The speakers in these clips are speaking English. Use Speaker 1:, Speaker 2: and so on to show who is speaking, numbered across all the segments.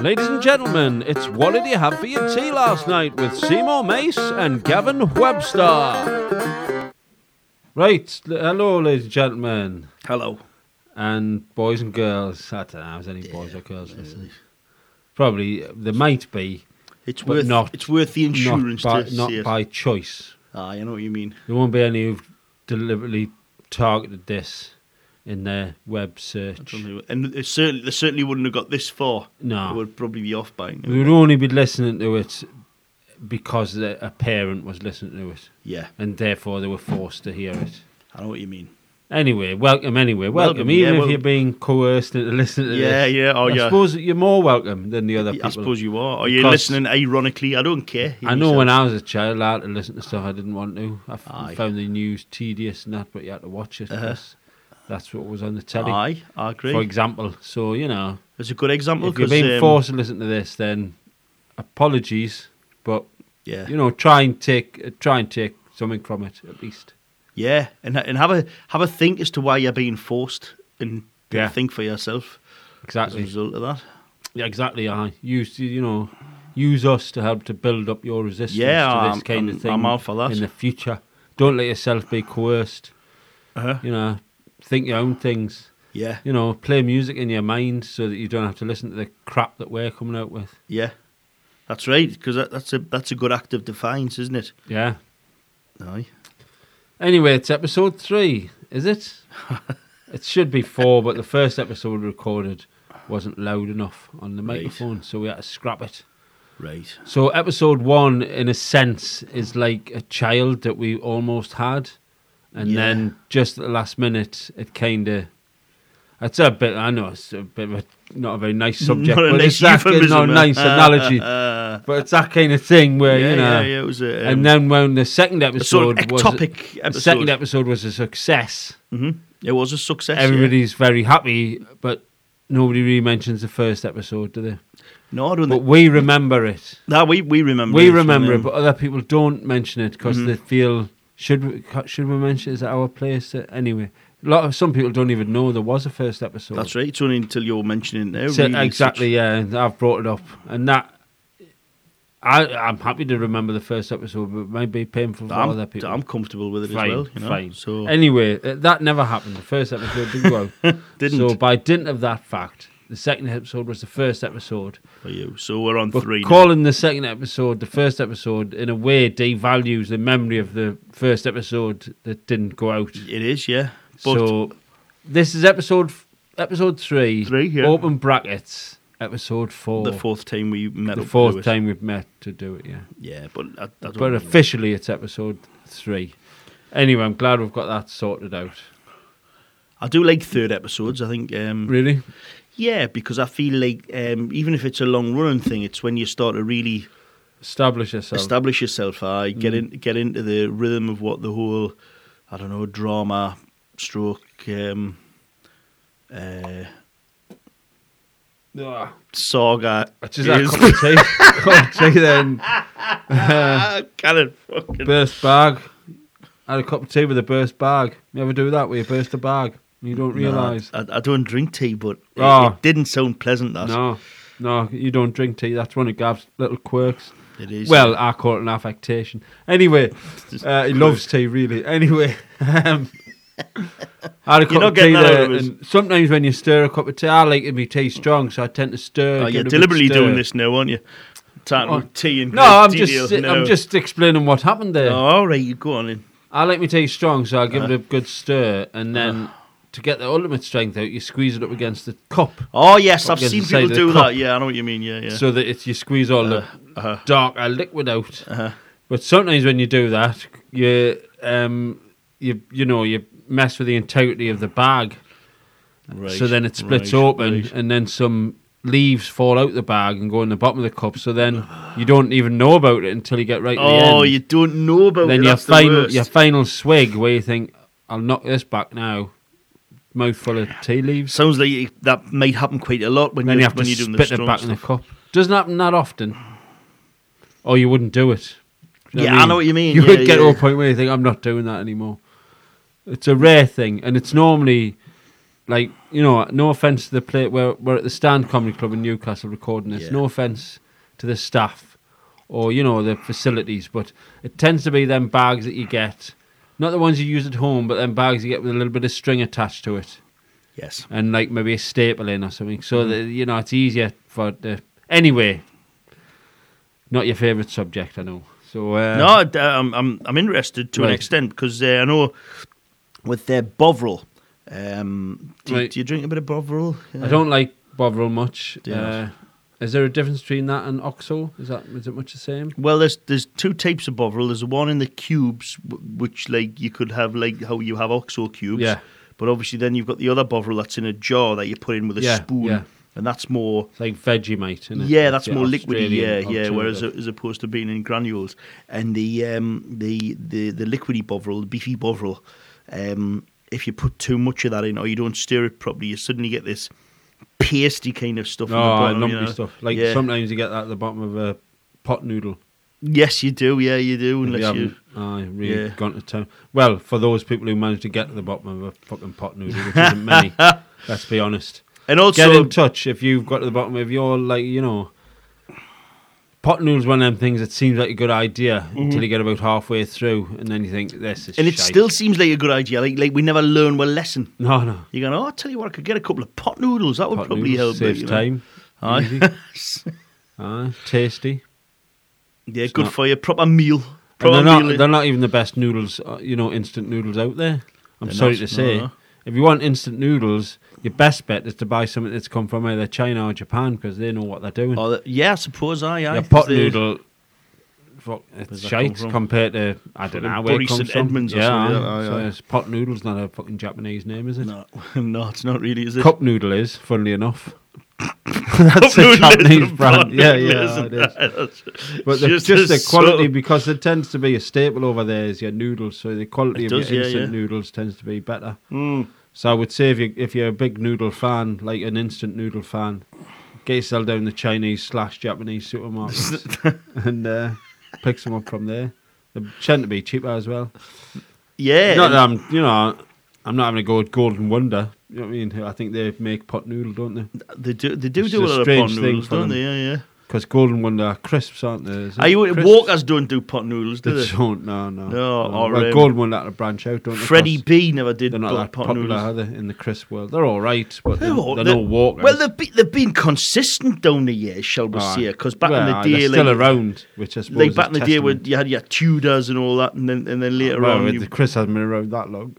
Speaker 1: Ladies and gentlemen, it's What Did You Have for Your Tea Last Night with Seymour Mace and Gavin Webster. Right, l- hello, ladies and gentlemen,
Speaker 2: Hello.
Speaker 1: and boys and girls. I don't know, if there's any boys or girls listening. Probably, uh, there might be,
Speaker 2: It's
Speaker 1: But
Speaker 2: worth
Speaker 1: not-
Speaker 2: it's worth the
Speaker 1: not
Speaker 2: insurance
Speaker 1: by,
Speaker 2: to
Speaker 1: not
Speaker 2: see it.
Speaker 1: by choice.
Speaker 2: Ah, I know what you mean.
Speaker 1: There won't be any who've deliberately targeted this in their web search.
Speaker 2: And it certainly, they certainly wouldn't have got this far.
Speaker 1: No.
Speaker 2: It would probably be off by now.
Speaker 1: We would only be listening to it because the- a parent was listening to it,
Speaker 2: Yeah,
Speaker 1: and therefore they were forced to hear it.
Speaker 2: I know what you mean.
Speaker 1: Anyway, welcome. Anyway, welcome.
Speaker 2: Welcome,
Speaker 1: Even
Speaker 2: yeah,
Speaker 1: if
Speaker 2: well-
Speaker 1: you're being coerced into listening to
Speaker 2: Yeah,
Speaker 1: this,
Speaker 2: yeah, oh,
Speaker 1: I
Speaker 2: yeah.
Speaker 1: suppose that you're more welcome than the other people.
Speaker 2: I suppose you are. Are you
Speaker 1: Because-
Speaker 2: listening ironically? I don't care.
Speaker 1: I know when I was a child, I had to listen to stuff I didn't want to. I f-
Speaker 2: Aye. Uh-huh.
Speaker 1: found the news tedious and that, but you had to watch it. 'cause That's what was on the telly,
Speaker 2: Aye, I agree.
Speaker 1: for example. So you know,
Speaker 2: It's a good example.
Speaker 1: if you're
Speaker 2: 'cause,
Speaker 1: being
Speaker 2: um,
Speaker 1: forced to listen to this, then apologies, but
Speaker 2: Yeah.
Speaker 1: you know, try and take uh, try and take something from it at least.
Speaker 2: Yeah, and and have a have a think as to why you're being forced, and
Speaker 1: Yeah.
Speaker 2: think for yourself as a
Speaker 1: Exactly.
Speaker 2: result of that.
Speaker 1: Yeah, exactly. I use you know, use us to help to build up your resistance
Speaker 2: Yeah,
Speaker 1: to this
Speaker 2: I'm-
Speaker 1: kind
Speaker 2: I'm-
Speaker 1: of thing.
Speaker 2: I'm all for that.
Speaker 1: in the future. Don't let yourself be coerced.
Speaker 2: Uh-huh.
Speaker 1: You know, think your own things.
Speaker 2: Yeah,
Speaker 1: You know, play music in your mind so that you don't have to listen to the crap that we're coming out with.
Speaker 2: yeah, that's right. Because that, that's a that's a good act of defiance, isn't it?
Speaker 1: Yeah.
Speaker 2: Aye.
Speaker 1: Anyway, it's episode three, is it? it should be four, but the first episode we recorded wasn't loud enough on the
Speaker 2: Right.
Speaker 1: microphone, so we had to scrap it.
Speaker 2: Right.
Speaker 1: So episode one, in a sense, is like a child that we almost had, and
Speaker 2: Yeah.
Speaker 1: then just at the last minute, it kind of. It's a bit. I know it's a bit of a, not a very nice subject,
Speaker 2: Not a
Speaker 1: but
Speaker 2: nice
Speaker 1: it's that it's not a
Speaker 2: euphemism,
Speaker 1: nice
Speaker 2: uh,
Speaker 1: analogy.
Speaker 2: uh,
Speaker 1: But it's that kind of thing where
Speaker 2: yeah,
Speaker 1: you know.
Speaker 2: yeah, yeah, it was a, um,
Speaker 1: And then when the second
Speaker 2: a
Speaker 1: episode
Speaker 2: sort of
Speaker 1: was
Speaker 2: ectopic
Speaker 1: the
Speaker 2: episode.
Speaker 1: second episode was a success,
Speaker 2: hmm It was a success. yeah.
Speaker 1: everybody's very happy, but nobody really mentions the first episode, do they?
Speaker 2: No, I don't.
Speaker 1: But
Speaker 2: Think,
Speaker 1: we remember it.
Speaker 2: no, we we remember.
Speaker 1: We
Speaker 2: it, so,
Speaker 1: remember it,
Speaker 2: um,
Speaker 1: but other people don't mention it because
Speaker 2: Mhm.
Speaker 1: they feel should we should we mention it? Is that our place? Uh, Anyway, a lot of some people don't even know there was a first episode.
Speaker 2: that's right. It's only until you're mentioning it. now,
Speaker 1: So-
Speaker 2: really,
Speaker 1: exactly. Yeah, and I've brought it up, and that I I'm happy to remember the first episode, but it might be painful
Speaker 2: such-
Speaker 1: for
Speaker 2: I'm,
Speaker 1: other people.
Speaker 2: I'm comfortable with it
Speaker 1: Fine,
Speaker 2: as well. You know?
Speaker 1: fine.
Speaker 2: So
Speaker 1: Anyway, uh, that never happened. The first episode didn't go out.
Speaker 2: didn't
Speaker 1: So by dint of that fact, the second episode was the first episode.
Speaker 2: for you. So we're on
Speaker 1: But
Speaker 2: three. now.
Speaker 1: calling the second episode the first episode in a way devalues the memory of the first episode that didn't go out.
Speaker 2: It is, yeah. But
Speaker 1: so this is episode f- episode three,
Speaker 2: Three, yeah.
Speaker 1: open brackets, episode four,
Speaker 2: the fourth time we met.
Speaker 1: the
Speaker 2: up to do
Speaker 1: fourth
Speaker 2: it.
Speaker 1: time we've met to do it. Yeah,
Speaker 2: Yeah, but I, I don't
Speaker 1: but
Speaker 2: know.
Speaker 1: officially it's episode three. Anyway, I'm glad we've got that sorted out.
Speaker 2: I do like third episodes. I think. Um,
Speaker 1: Really?
Speaker 2: Yeah, because I feel like um, even if it's a long running thing, it's when you start to really
Speaker 1: Establish yourself.
Speaker 2: establish yourself. I get
Speaker 1: Mm.
Speaker 2: in, get into the rhythm of what the whole, I don't know, drama, stroke, um, uh,
Speaker 1: Ah,
Speaker 2: saga.
Speaker 1: I just had a cup of tea, cup of tea then Uh,
Speaker 2: Ah, can it fucking.
Speaker 1: burst bag. I had a cup of tea with a burst bag. You ever do that where you burst a bag and you don't
Speaker 2: No,
Speaker 1: realise?
Speaker 2: I, I don't drink tea, but it,
Speaker 1: Ah.
Speaker 2: it didn't sound pleasant. That
Speaker 1: No, no, you don't drink tea. That's one of Gav's little quirks.
Speaker 2: it is.
Speaker 1: Well, I call it an affectation. Anyway, uh, he loves tea, really. Anyway, um, I had a cup
Speaker 2: not
Speaker 1: of tea
Speaker 2: getting that out
Speaker 1: there.
Speaker 2: of us.
Speaker 1: And sometimes when you stir a cup of tea, I like to be tea strong, so I tend to stir.
Speaker 2: Oh,
Speaker 1: give it
Speaker 2: you're
Speaker 1: a big
Speaker 2: deliberately
Speaker 1: stir.
Speaker 2: doing this now, aren't you? Time
Speaker 1: Oh.
Speaker 2: with tea and
Speaker 1: No,
Speaker 2: great
Speaker 1: I'm
Speaker 2: detail
Speaker 1: just, I'm
Speaker 2: now.
Speaker 1: just explaining what happened
Speaker 2: Oh,
Speaker 1: there.
Speaker 2: all right, you go on. In.
Speaker 1: I like my tea strong, so I give
Speaker 2: Uh.
Speaker 1: it a good stir, and then to get the ultimate strength out, you squeeze it up against the cup,
Speaker 2: Oh yes,
Speaker 1: Up
Speaker 2: I've
Speaker 1: against
Speaker 2: seen
Speaker 1: the side
Speaker 2: people
Speaker 1: of the
Speaker 2: do
Speaker 1: cup.
Speaker 2: that. Yeah, I know what you mean. Yeah, yeah.
Speaker 1: so that it's you squeeze all the
Speaker 2: uh-huh.
Speaker 1: darker liquid out.
Speaker 2: Uh-huh.
Speaker 1: But sometimes when you do that, you um, you you know you mess with the integrity of the bag,
Speaker 2: right,
Speaker 1: so then it splits
Speaker 2: right,
Speaker 1: open,
Speaker 2: right.
Speaker 1: and then some leaves fall out the bag and go in the bottom of the cup. So then you don't even know about it until you get right to the end.
Speaker 2: Oh, you don't know about
Speaker 1: then
Speaker 2: it.
Speaker 1: your
Speaker 2: That's the
Speaker 1: final
Speaker 2: worst.
Speaker 1: your final swig where you think I'll knock this back now, mouthful of tea leaves.
Speaker 2: Sounds like you- that might happen quite a lot when
Speaker 1: Then
Speaker 2: you're,
Speaker 1: you have to
Speaker 2: when you're doing the
Speaker 1: spit it
Speaker 2: strong
Speaker 1: back in the
Speaker 2: stuff.
Speaker 1: cup. Doesn't happen that often, or you wouldn't do it. You
Speaker 2: Yeah, I know what you mean,
Speaker 1: You
Speaker 2: yeah,
Speaker 1: would get to
Speaker 2: yeah.
Speaker 1: a point where you think I'm not doing that anymore. It's a rare thing, and it's normally like you know, no offense to the play. We're we're at the Stand Comedy Club in Newcastle recording this.
Speaker 2: Yeah.
Speaker 1: No offense to the staff or you know the facilities, but it tends to be them bags that you get, not the ones you use at home, but them bags you get with a little bit of string attached to it
Speaker 2: Yes.
Speaker 1: and like maybe a staple in or something, so
Speaker 2: Mm-hmm.
Speaker 1: that you know it's easier for the anyway. Not your favourite subject, I know. So uh,
Speaker 2: no, d- I'm, I'm, I'm interested to an
Speaker 1: Right.
Speaker 2: extent because uh, I know with their Bovril. Um, do,
Speaker 1: Right.
Speaker 2: do you drink a bit of Bovril?
Speaker 1: I don't like Bovril much.
Speaker 2: Do you
Speaker 1: Uh, is there a difference between that and Oxo? Is that is it much the same?
Speaker 2: Well, there's there's two types of Bovril. There's one in the cubes, w- which like you could have like how you have OXO cubes.
Speaker 1: Yeah.
Speaker 2: But obviously, then you've got the other Bovril that's in a jar that you put in with a
Speaker 1: Yeah,
Speaker 2: spoon,
Speaker 1: yeah.
Speaker 2: and that's more.
Speaker 1: It's like Vegemite, isn't it?
Speaker 2: Yeah, that's
Speaker 1: the
Speaker 2: more liquidy. Yeah,
Speaker 1: Australian
Speaker 2: yeah. Whereas
Speaker 1: alternative.
Speaker 2: as opposed to being in granules, and the um, the the the liquidy Bovril, the beefy Bovril, um, if you put too much of that in or you don't stir it properly, you suddenly get this pasty kind of stuff. on the
Speaker 1: oh,
Speaker 2: bottom,
Speaker 1: lumpy
Speaker 2: you know?
Speaker 1: stuff. Like
Speaker 2: Yeah.
Speaker 1: sometimes you get that at the bottom of a pot noodle.
Speaker 2: Yes, you do. Yeah, you do.
Speaker 1: if
Speaker 2: Unless you.
Speaker 1: haven't, aye, really
Speaker 2: Yeah.
Speaker 1: gone to town. Well, for those people who managed to get to the bottom of a fucking pot noodle, which isn't many. Let's be honest.
Speaker 2: And also,
Speaker 1: Get in touch if you've got to the bottom of your like you know. Pot noodle's one of them things that seems like a good idea until you get about halfway through, and then you think this is.
Speaker 2: Mm-hmm. And it
Speaker 1: shite.
Speaker 2: still seems like a good idea. Like, like we never learn our lesson.
Speaker 1: no, no.
Speaker 2: You're going, oh, I tell you what, I could get a couple of pot noodles. That would
Speaker 1: Pot
Speaker 2: probably
Speaker 1: noodles saves
Speaker 2: help. me, you know.
Speaker 1: time. Easy.
Speaker 2: Aye.
Speaker 1: Aye, tasty.
Speaker 2: yeah, good
Speaker 1: not-
Speaker 2: for you. Proper meal.
Speaker 1: And
Speaker 2: Proper
Speaker 1: they're not.
Speaker 2: meal. eh?
Speaker 1: They're not even the best noodles. uh, You know, instant noodles out there. I'm
Speaker 2: They're
Speaker 1: sorry
Speaker 2: not,
Speaker 1: to say.
Speaker 2: no.
Speaker 1: If you want instant noodles, your best bet is to buy something that's come from either China or Japan because they know what they're doing.
Speaker 2: Oh, that- yeah, I suppose I.
Speaker 1: your pot
Speaker 2: they,
Speaker 1: noodle, fuck,
Speaker 2: Where's
Speaker 1: it's
Speaker 2: that come
Speaker 1: shite
Speaker 2: from?
Speaker 1: compared to I don't
Speaker 2: Fucking
Speaker 1: know where
Speaker 2: Bury
Speaker 1: it comes
Speaker 2: St
Speaker 1: from.
Speaker 2: Edmunds or
Speaker 1: yeah,
Speaker 2: something,
Speaker 1: aye.
Speaker 2: yeah,
Speaker 1: so
Speaker 2: aye, aye.
Speaker 1: it's pot noodle's not a fucking Japanese name, is it?
Speaker 2: No, no, it's not really, is it?
Speaker 1: Cup noodle is, funnily enough.
Speaker 2: Cup
Speaker 1: That's a
Speaker 2: noodle is
Speaker 1: Japanese
Speaker 2: a
Speaker 1: brand.
Speaker 2: pot
Speaker 1: Yeah,
Speaker 2: noodle,
Speaker 1: yeah,
Speaker 2: isn't
Speaker 1: it is.
Speaker 2: That's-
Speaker 1: But the, just,
Speaker 2: a
Speaker 1: the quality,
Speaker 2: sort of-
Speaker 1: because there tends to be a staple over there is your noodles. So the quality
Speaker 2: It
Speaker 1: of
Speaker 2: does,
Speaker 1: your
Speaker 2: yeah,
Speaker 1: instant
Speaker 2: yeah.
Speaker 1: noodles tends to be better.
Speaker 2: Mm,
Speaker 1: So I would say if you if you're a big noodle fan, like an instant noodle fan, get yourself down the Chinese slash Japanese supermarkets and uh, pick some up from there. They tend to be cheaper as well.
Speaker 2: yeah.
Speaker 1: Not that I'm, you know, I'm not having a go at Golden Wonder. You know what I mean? I think they make pot noodle, don't they?
Speaker 2: they do, they do,
Speaker 1: It's
Speaker 2: do a
Speaker 1: a
Speaker 2: lot of pot
Speaker 1: strange thing
Speaker 2: noodles,
Speaker 1: for
Speaker 2: don't
Speaker 1: them.
Speaker 2: they? Yeah, yeah.
Speaker 1: Because Golden Wonder are crisps, aren't they? Is it
Speaker 2: Are you,
Speaker 1: crisps?
Speaker 2: Walkers don't do pot noodles, do
Speaker 1: They
Speaker 2: they?
Speaker 1: don't, no, no.
Speaker 2: No, or,
Speaker 1: well,
Speaker 2: um,
Speaker 1: Golden Wonder had to branch out, don't they? 'Cause
Speaker 2: Freddie B never did
Speaker 1: They're not
Speaker 2: pot
Speaker 1: that
Speaker 2: pot
Speaker 1: popular
Speaker 2: noodles.
Speaker 1: are they, in the crisp world. They're all right, but they're,
Speaker 2: They're all-
Speaker 1: they're
Speaker 2: they're-
Speaker 1: no walkers.
Speaker 2: Well, they've, be, they've been consistent down the years, shall we say? Because back
Speaker 1: Well,
Speaker 2: in the day,
Speaker 1: they're still
Speaker 2: like,
Speaker 1: around, which I suppose
Speaker 2: like
Speaker 1: is
Speaker 2: back in the day, when
Speaker 1: testament.
Speaker 2: you had your Tudors and all that, and then and then later
Speaker 1: well,
Speaker 2: on, you,
Speaker 1: the Chris hasn't been around that long.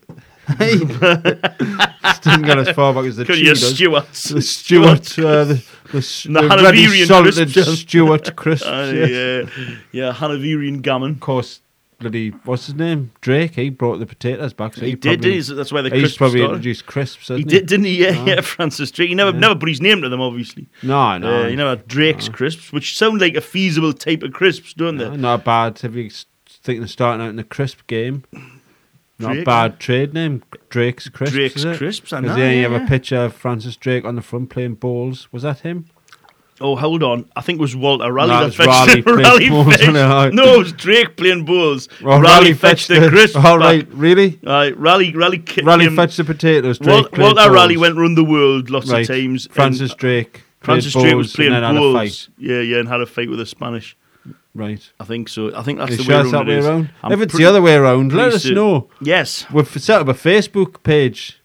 Speaker 1: Didn't get as far back as the
Speaker 2: could your
Speaker 1: Tudors.
Speaker 2: Stuarts,
Speaker 1: The Stuart, uh, the, the, s-
Speaker 2: The
Speaker 1: the ready
Speaker 2: Hanoverian
Speaker 1: salted
Speaker 2: crisps.
Speaker 1: Stuart crisps.
Speaker 2: uh,
Speaker 1: yes.
Speaker 2: yeah, yeah, Hanoverian gammon.
Speaker 1: Of course, bloody what's his name? Drake. He brought the potatoes back. So he,
Speaker 2: He, did,
Speaker 1: probably,
Speaker 2: didn't he? That's why the
Speaker 1: he's
Speaker 2: crisps
Speaker 1: probably
Speaker 2: started.
Speaker 1: introduced crisps.
Speaker 2: He
Speaker 1: Hasn't
Speaker 2: did, didn't he? Yeah,
Speaker 1: Ah.
Speaker 2: yeah, Francis Drake. He never never put his name to them, obviously.
Speaker 1: No, no.
Speaker 2: Uh, you know, Drake's crisps, which sound like a feasible type of crisps, don't
Speaker 1: No,
Speaker 2: they?
Speaker 1: not bad. If you're thinking of starting out in the crisp game, not
Speaker 2: Drake.
Speaker 1: a bad trade name. Drake's crisps.
Speaker 2: Drake's
Speaker 1: is it?
Speaker 2: crisps, I
Speaker 1: Because
Speaker 2: know,
Speaker 1: there you
Speaker 2: yeah,
Speaker 1: have
Speaker 2: yeah.
Speaker 1: a picture of Francis Drake on the front playing balls. Was that him?
Speaker 2: Oh, hold on. I think it was uh, Walter Raleigh
Speaker 1: No,
Speaker 2: that
Speaker 1: it was
Speaker 2: fetched
Speaker 1: Raleigh
Speaker 2: the
Speaker 1: playing
Speaker 2: Raleigh
Speaker 1: balls,
Speaker 2: fetched.
Speaker 1: wasn't it?
Speaker 2: No, it was Drake playing balls.
Speaker 1: Well,
Speaker 2: Raleigh, fetched the crisps.
Speaker 1: All
Speaker 2: back.
Speaker 1: Oh, right, really?
Speaker 2: Aye, Raleigh, Raleigh, ki-
Speaker 1: Raleigh
Speaker 2: came-
Speaker 1: fetched the potatoes. Drake
Speaker 2: Wal-
Speaker 1: played
Speaker 2: Walter
Speaker 1: balls.
Speaker 2: Raleigh went round the world lots
Speaker 1: Right.
Speaker 2: of times. and
Speaker 1: Francis Drake. played
Speaker 2: Francis Drake was
Speaker 1: balls
Speaker 2: playing
Speaker 1: and then had a
Speaker 2: balls.
Speaker 1: fight.
Speaker 2: Yeah, yeah, and had a fight with the Spanish.
Speaker 1: Right.
Speaker 2: I think so. I think that's
Speaker 1: Is
Speaker 2: the way
Speaker 1: sure it's
Speaker 2: around.
Speaker 1: that
Speaker 2: it
Speaker 1: way
Speaker 2: is.
Speaker 1: around?
Speaker 2: I'm
Speaker 1: if it's
Speaker 2: pretty-
Speaker 1: the other way around, let
Speaker 2: pleased
Speaker 1: us
Speaker 2: to-
Speaker 1: know.
Speaker 2: yes,
Speaker 1: We've set up a Facebook page,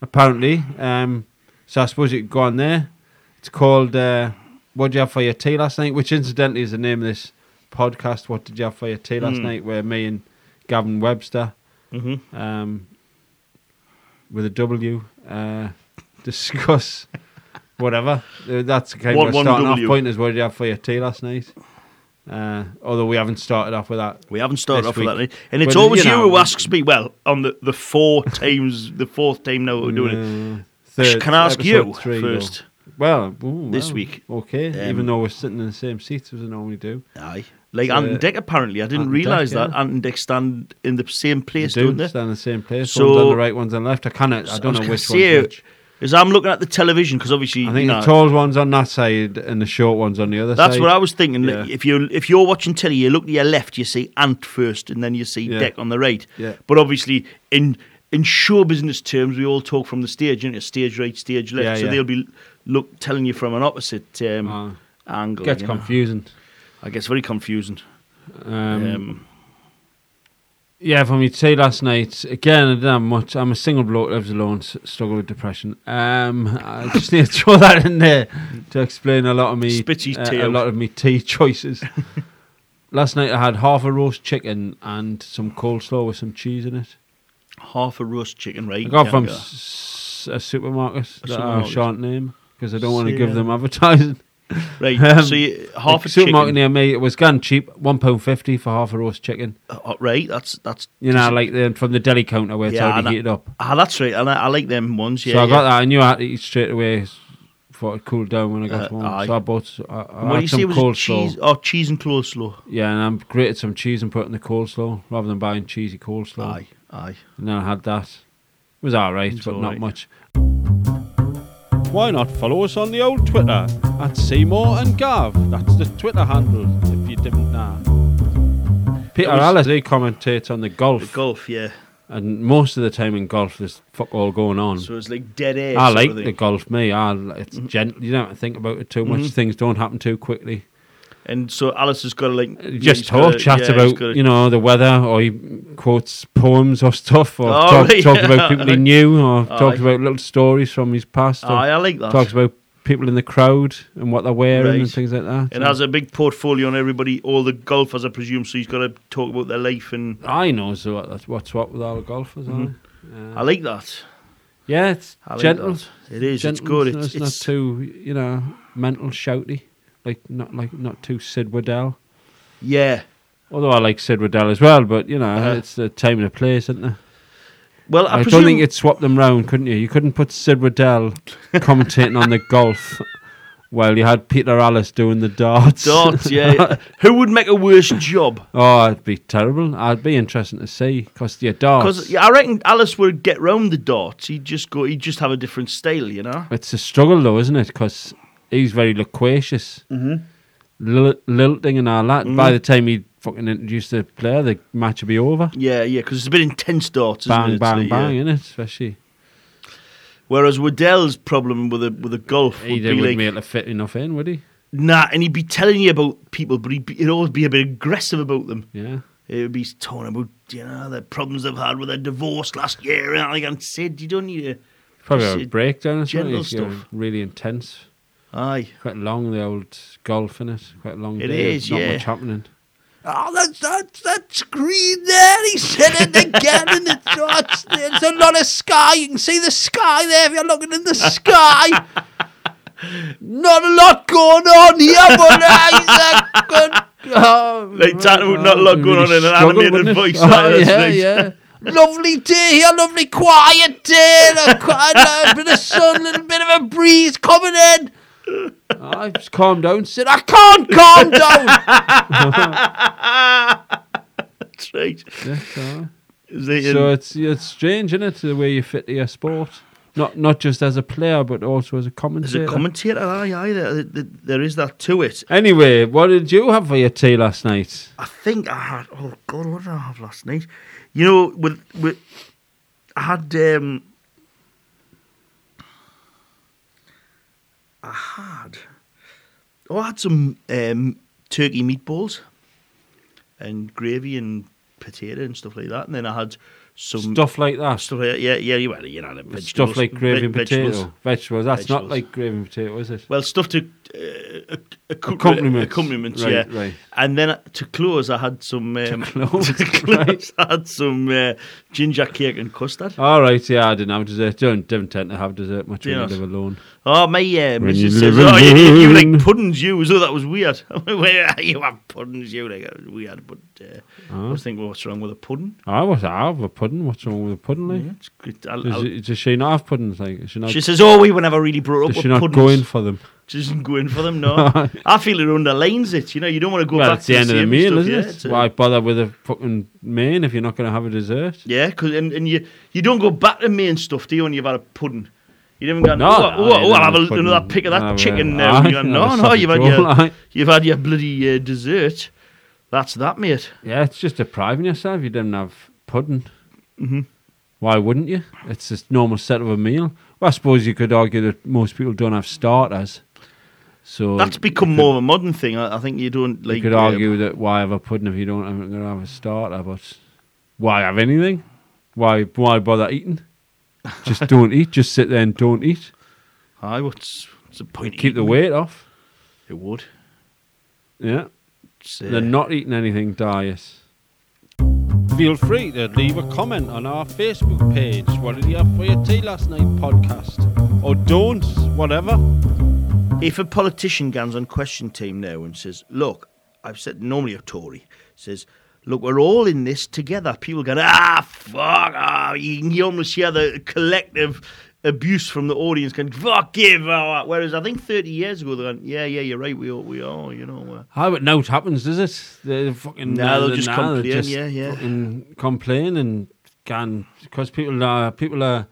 Speaker 1: apparently. Um, so I suppose you could go on there. It's called uh, "What Did You Have for Your Tea Last Night," which incidentally is the name of this podcast. What did you have for your tea
Speaker 2: Hmm.
Speaker 1: last night? Where me and Gavin Webster,
Speaker 2: Mhm.
Speaker 1: um, with a W, uh, discuss whatever. Uh, That's the kind
Speaker 2: What
Speaker 1: of our
Speaker 2: one
Speaker 1: starting off
Speaker 2: W?
Speaker 1: point. Is what did you have for your tea last night? Uh, although we haven't started off with that.
Speaker 2: we haven't started
Speaker 1: This
Speaker 2: off with
Speaker 1: week.
Speaker 2: that, eh? and it's
Speaker 1: Well,
Speaker 2: always
Speaker 1: you
Speaker 2: you,
Speaker 1: know,
Speaker 2: who
Speaker 1: we-
Speaker 2: asks me. Well, on the, the four times, the fourth time now we're doing it.
Speaker 1: Uh,
Speaker 2: Sh-
Speaker 1: third-
Speaker 2: Can I ask
Speaker 1: episode
Speaker 2: you
Speaker 1: three, though.
Speaker 2: first?
Speaker 1: Well, ooh,
Speaker 2: This
Speaker 1: well,
Speaker 2: week.
Speaker 1: Okay,
Speaker 2: Um,
Speaker 1: even though we're sitting in the same seats as we normally do.
Speaker 2: Aye. Like
Speaker 1: So,
Speaker 2: Ant and Deck, apparently. I
Speaker 1: Ant
Speaker 2: didn't
Speaker 1: and Dec,
Speaker 2: realise that
Speaker 1: yeah.
Speaker 2: Ant and Deck stand in the same
Speaker 1: We
Speaker 2: place,
Speaker 1: do
Speaker 2: don't they?
Speaker 1: stand in the same place.
Speaker 2: So-
Speaker 1: one's on the right, one's on the left. I cannot. I
Speaker 2: So
Speaker 1: don't know
Speaker 2: was gonna
Speaker 1: which
Speaker 2: say,
Speaker 1: one's which.
Speaker 2: Is I'm looking at the television because obviously
Speaker 1: I think
Speaker 2: you
Speaker 1: the
Speaker 2: know,
Speaker 1: tall one's on that side and the short one's on the other
Speaker 2: that's
Speaker 1: side.
Speaker 2: what I was thinking. like,
Speaker 1: Yeah.
Speaker 2: If you if you're watching telly, you look to your left, you see Ant first, and then you see
Speaker 1: Yeah.
Speaker 2: Deck on the right.
Speaker 1: Yeah.
Speaker 2: But obviously in in show business terms, we all talk from the stage, and it's stage right, stage left.
Speaker 1: Yeah,
Speaker 2: so
Speaker 1: yeah. Uh,
Speaker 2: they'll be look telling you from an opposite um, angle.
Speaker 1: Ah, Gets
Speaker 2: you know.
Speaker 1: confusing.
Speaker 2: I guess very confusing.
Speaker 1: Um,
Speaker 2: Um,
Speaker 1: Yeah, from your tea last night, again, I didn't have much. I'm a single bloke, lives alone, s- struggle with depression. Um, I just need to throw that in there to explain a lot of me,
Speaker 2: Spit your
Speaker 1: uh,
Speaker 2: tea
Speaker 1: a
Speaker 2: out.
Speaker 1: lot of me tea choices. last night I had half a roast chicken and some coleslaw with some cheese in it.
Speaker 2: half a roast chicken, right?
Speaker 1: I got
Speaker 2: Yeah,
Speaker 1: from
Speaker 2: yeah.
Speaker 1: s- a supermarket
Speaker 2: A
Speaker 1: that I
Speaker 2: supermarket.
Speaker 1: shan't name because I don't want to give
Speaker 2: Yeah.
Speaker 1: them advertising.
Speaker 2: right.
Speaker 1: um,
Speaker 2: so you, half
Speaker 1: The
Speaker 2: a
Speaker 1: supermarket
Speaker 2: chicken.
Speaker 1: near me. It was gone cheap, one pound fifty for half a roast chicken.
Speaker 2: Uh, right. That's that's
Speaker 1: You know, like the, from the deli counter where it's
Speaker 2: Yeah,
Speaker 1: already
Speaker 2: and I-
Speaker 1: heated up.
Speaker 2: ah, that's right. And I, I like them ones. Yeah.
Speaker 1: so I
Speaker 2: yeah.
Speaker 1: got that. I knew I had to eat straight away. Thought it cooled down when I got
Speaker 2: Uh,
Speaker 1: home.
Speaker 2: aye.
Speaker 1: So I bought I,
Speaker 2: And
Speaker 1: I
Speaker 2: what do
Speaker 1: had
Speaker 2: you
Speaker 1: some
Speaker 2: say was it
Speaker 1: coleslaw.
Speaker 2: cheese? Oh, cheese and coleslaw.
Speaker 1: Yeah, and I grated some cheese and put it in the coleslaw rather than buying cheesy coleslaw.
Speaker 2: Aye, aye.
Speaker 1: And then I had that. It was all right,
Speaker 2: It's
Speaker 1: but
Speaker 2: all
Speaker 1: not
Speaker 2: right.
Speaker 1: much. Why not follow us on the old Twitter at Seymour and Gav? That's the Twitter handle. If you didn't know, Peter
Speaker 2: That
Speaker 1: Allis
Speaker 2: was-
Speaker 1: he commentates on the
Speaker 2: The
Speaker 1: golf,
Speaker 2: golf, yeah.
Speaker 1: and most of the time in golf, there's fuck all going on.
Speaker 2: So it's Mm-hmm. like dead air.
Speaker 1: I
Speaker 2: sort
Speaker 1: like
Speaker 2: of
Speaker 1: the
Speaker 2: thing.
Speaker 1: golf. Me, I li- it's gentle. You don't have to think about it too much.
Speaker 2: Mhm.
Speaker 1: Things don't happen too quickly.
Speaker 2: And so Alice has got to like
Speaker 1: You Just talk, chat about you know the weather, or he quotes poems or stuff, or
Speaker 2: Oh,
Speaker 1: talk,
Speaker 2: right,
Speaker 1: talk
Speaker 2: yeah, Oh,
Speaker 1: about people he
Speaker 2: right.
Speaker 1: knew, or talks
Speaker 2: Aye.
Speaker 1: about little stories from his past, or
Speaker 2: Aye, I like that.
Speaker 1: talks about people in the crowd and what they're wearing and
Speaker 2: Right.
Speaker 1: things like that.
Speaker 2: and has a big portfolio on everybody, all the golfers, I presume. So he's got to talk about their life, and
Speaker 1: I know so what- that's what's what with all the golfers.
Speaker 2: Mhm.
Speaker 1: aye. Uh,
Speaker 2: I like that.
Speaker 1: yeah, it's
Speaker 2: I like
Speaker 1: gentle.
Speaker 2: that. It is.
Speaker 1: gentle.
Speaker 2: It's good.
Speaker 1: so
Speaker 2: It's, it's
Speaker 1: not too you know mental shouty, like not like not too Sid Waddell.
Speaker 2: yeah.
Speaker 1: Although I like Sid Waddell as well, but you know,
Speaker 2: Uh-huh.
Speaker 1: it's the time and the place, isn't it?
Speaker 2: Well, I,
Speaker 1: I,
Speaker 2: presume
Speaker 1: don't think you'd swap them round, couldn't you? You couldn't put Sid Waddell commentating on the golf while you had Peter Alice doing the darts.
Speaker 2: darts. Yeah. Who would make a worse job?
Speaker 1: oh, it'd be terrible. I'd be interesting to see because your darts.
Speaker 2: Because yeah, I reckon Alice would get round the darts. He'd just go. He'd just have a different style, you know.
Speaker 1: It's a struggle though, isn't it? Because he's very loquacious,
Speaker 2: Mm-hmm.
Speaker 1: lil- lilting and all that.
Speaker 2: Mhm.
Speaker 1: By the time he'd fucking introduce the player, the match would be over.
Speaker 2: Yeah, yeah. Because it's a bit intense darts. isn't
Speaker 1: Bang,
Speaker 2: it?
Speaker 1: bang,
Speaker 2: It's like, yeah.
Speaker 1: bang, innit? Especially.
Speaker 2: Whereas Waddell's problem with a with a golf would
Speaker 1: He
Speaker 2: be
Speaker 1: wouldn't
Speaker 2: like
Speaker 1: be able to fit enough in, would he?
Speaker 2: nah, and he'd be telling you about people, but he'd, be, he'd always be a bit aggressive about them.
Speaker 1: Yeah.
Speaker 2: It would be talking about you know the problems they've had with their divorce last year, and I can said you don't need to.
Speaker 1: Probably
Speaker 2: Just,
Speaker 1: a
Speaker 2: uh,
Speaker 1: breakdown or something.
Speaker 2: gentle
Speaker 1: if you're
Speaker 2: stuff.
Speaker 1: Really intense.
Speaker 2: Aye,
Speaker 1: Quite long, the old golf in it. Quite long.
Speaker 2: It
Speaker 1: day.
Speaker 2: is,
Speaker 1: Not
Speaker 2: yeah.
Speaker 1: much happening.
Speaker 3: Oh, that's that, that screen there. He said it again, and it's, oh, it's, there's a lot of sky. You can see the sky there if you're looking in the sky. Not a lot going on here, but uh, he's a good. Oh,
Speaker 2: like talking about not a lot
Speaker 1: It'd
Speaker 2: going on
Speaker 1: really
Speaker 2: in an
Speaker 1: struggle, wouldn't
Speaker 2: animated
Speaker 1: it?
Speaker 2: voice.
Speaker 1: Oh,
Speaker 2: like, that's
Speaker 1: yeah,
Speaker 2: nice.
Speaker 1: yeah.
Speaker 3: lovely day here, lovely quiet day. A, quiet, a bit of sun, a little bit of a breeze coming in.
Speaker 1: I Ah, just calm down, sit.
Speaker 3: I can't calm down.
Speaker 2: That's right.
Speaker 1: Yeah, it's all right.
Speaker 2: Is it- um,
Speaker 1: So it's it's strange, isn't it, the way you fit to your sport? Not not just as a player, but also as a
Speaker 2: There's
Speaker 1: commentator.
Speaker 2: a commentator, aye, aye, there, there, there is that to it.
Speaker 1: anyway, what did you have for your tea last night?
Speaker 2: I think I had, oh God, what did I have last night? You know, with, with I had, um, I had, oh, I had some um, turkey meatballs and gravy and potato and stuff like that. And then I had some
Speaker 1: Stuff like that. Stuff,
Speaker 2: stuff like that. Yeah, yeah, you had, you know, the vegetables,
Speaker 1: like gravy
Speaker 2: ve-
Speaker 1: and potato.
Speaker 2: vegetables.
Speaker 1: Vegetables. That's not
Speaker 2: Vegetables.
Speaker 1: like gravy and potato, is it?
Speaker 2: Well, stuff to uh, ac- accom-
Speaker 1: Accompaniments.
Speaker 2: accompaniments,
Speaker 1: Right,
Speaker 2: yeah.
Speaker 1: right.
Speaker 2: And then uh, to close, I had some. Um,
Speaker 1: close,
Speaker 2: to close, I had some uh, ginger cake and custard.
Speaker 1: All right, yeah, I didn't have dessert. Don't, don't tend to have dessert much when you
Speaker 2: Yes.
Speaker 1: live alone.
Speaker 2: Oh, my uh,
Speaker 1: When you
Speaker 2: missus says,
Speaker 1: live
Speaker 2: "Oh, you, you, you
Speaker 1: alone."
Speaker 2: like puddings, you." As though that was weird. Where you have puddings, you like it was weird. But uh, I
Speaker 1: Ah.
Speaker 2: was thinking, what's wrong with a pudding?
Speaker 1: I was I have a pudding. What's wrong with a pudding? Like,
Speaker 2: Yeah, it's good. I'll,
Speaker 1: does,
Speaker 2: I'll-
Speaker 1: it- does she not have puddings? Like, is she not,
Speaker 2: she says, "Oh, we were never really brought up
Speaker 1: does
Speaker 2: with
Speaker 1: she not
Speaker 2: puddings."
Speaker 1: go in for them?
Speaker 2: She doesn't go in for them. No, I feel it underlines it. You know, you don't want to go
Speaker 1: well,
Speaker 2: back
Speaker 1: it's
Speaker 2: to
Speaker 1: the end of the
Speaker 2: same
Speaker 1: meal,
Speaker 2: stuff,
Speaker 1: isn't
Speaker 2: yeah,
Speaker 1: it?
Speaker 2: it's a-
Speaker 1: Why bother with a fucking main if you're not going to have a dessert?
Speaker 2: Yeah, 'cause- and, and you you don't go back to main stuff, do you, when you've had a pudding? You haven't gone,
Speaker 1: No,
Speaker 2: oh,
Speaker 1: no,
Speaker 2: oh,
Speaker 1: you
Speaker 2: oh, I'll
Speaker 1: don't
Speaker 2: have
Speaker 1: have
Speaker 2: a,
Speaker 1: pudding.
Speaker 2: another pick of
Speaker 1: I'll
Speaker 2: that
Speaker 1: have a-
Speaker 2: chicken.
Speaker 1: aye,
Speaker 2: Uh, when you've gone,
Speaker 1: I'll
Speaker 2: no,
Speaker 1: have
Speaker 2: no,
Speaker 1: sausage
Speaker 2: you've had,
Speaker 1: roll,
Speaker 2: your,
Speaker 1: aye.
Speaker 2: you've had your bloody uh, dessert. That's that, mate.
Speaker 1: Yeah, it's just depriving yourself. You didn't have pudding.
Speaker 2: Mhm.
Speaker 1: Why wouldn't you? It's just normal set of a meal. Well, I suppose you could argue that most people don't have starters. So
Speaker 2: That's become more of a modern thing. I, I think you don't like.
Speaker 1: you could
Speaker 2: um,
Speaker 1: argue that why have a pudding if you don't have, gonna have a starter? But why have anything? Why why bother eating? Just don't eat. Just sit there and don't eat.
Speaker 2: Aye, what's, what's the point? of
Speaker 1: Keep the
Speaker 2: eating?
Speaker 1: weight off.
Speaker 2: It would.
Speaker 1: Yeah.
Speaker 2: It's, uh,
Speaker 1: They're not eating anything diet. Feel free to leave a comment on our Facebook page. What did you have for your tea last night podcast? Or don't, whatever.
Speaker 2: If a politician goes on question team now and says, "Look, I've said normally a Tory says." Look, we're all in this together. People going, ah, fuck, ah. You can almost hear the collective abuse from the audience going, fuck, give out. Whereas I think 30 years ago, they're going, yeah, yeah, you're right, we are, we are you know. Uh,
Speaker 1: How it now happens, does it? They fucking uh,
Speaker 2: No, they'll
Speaker 1: they-
Speaker 2: just
Speaker 1: nah,
Speaker 2: complain, yeah, yeah.
Speaker 1: fucking complain and can because people are people are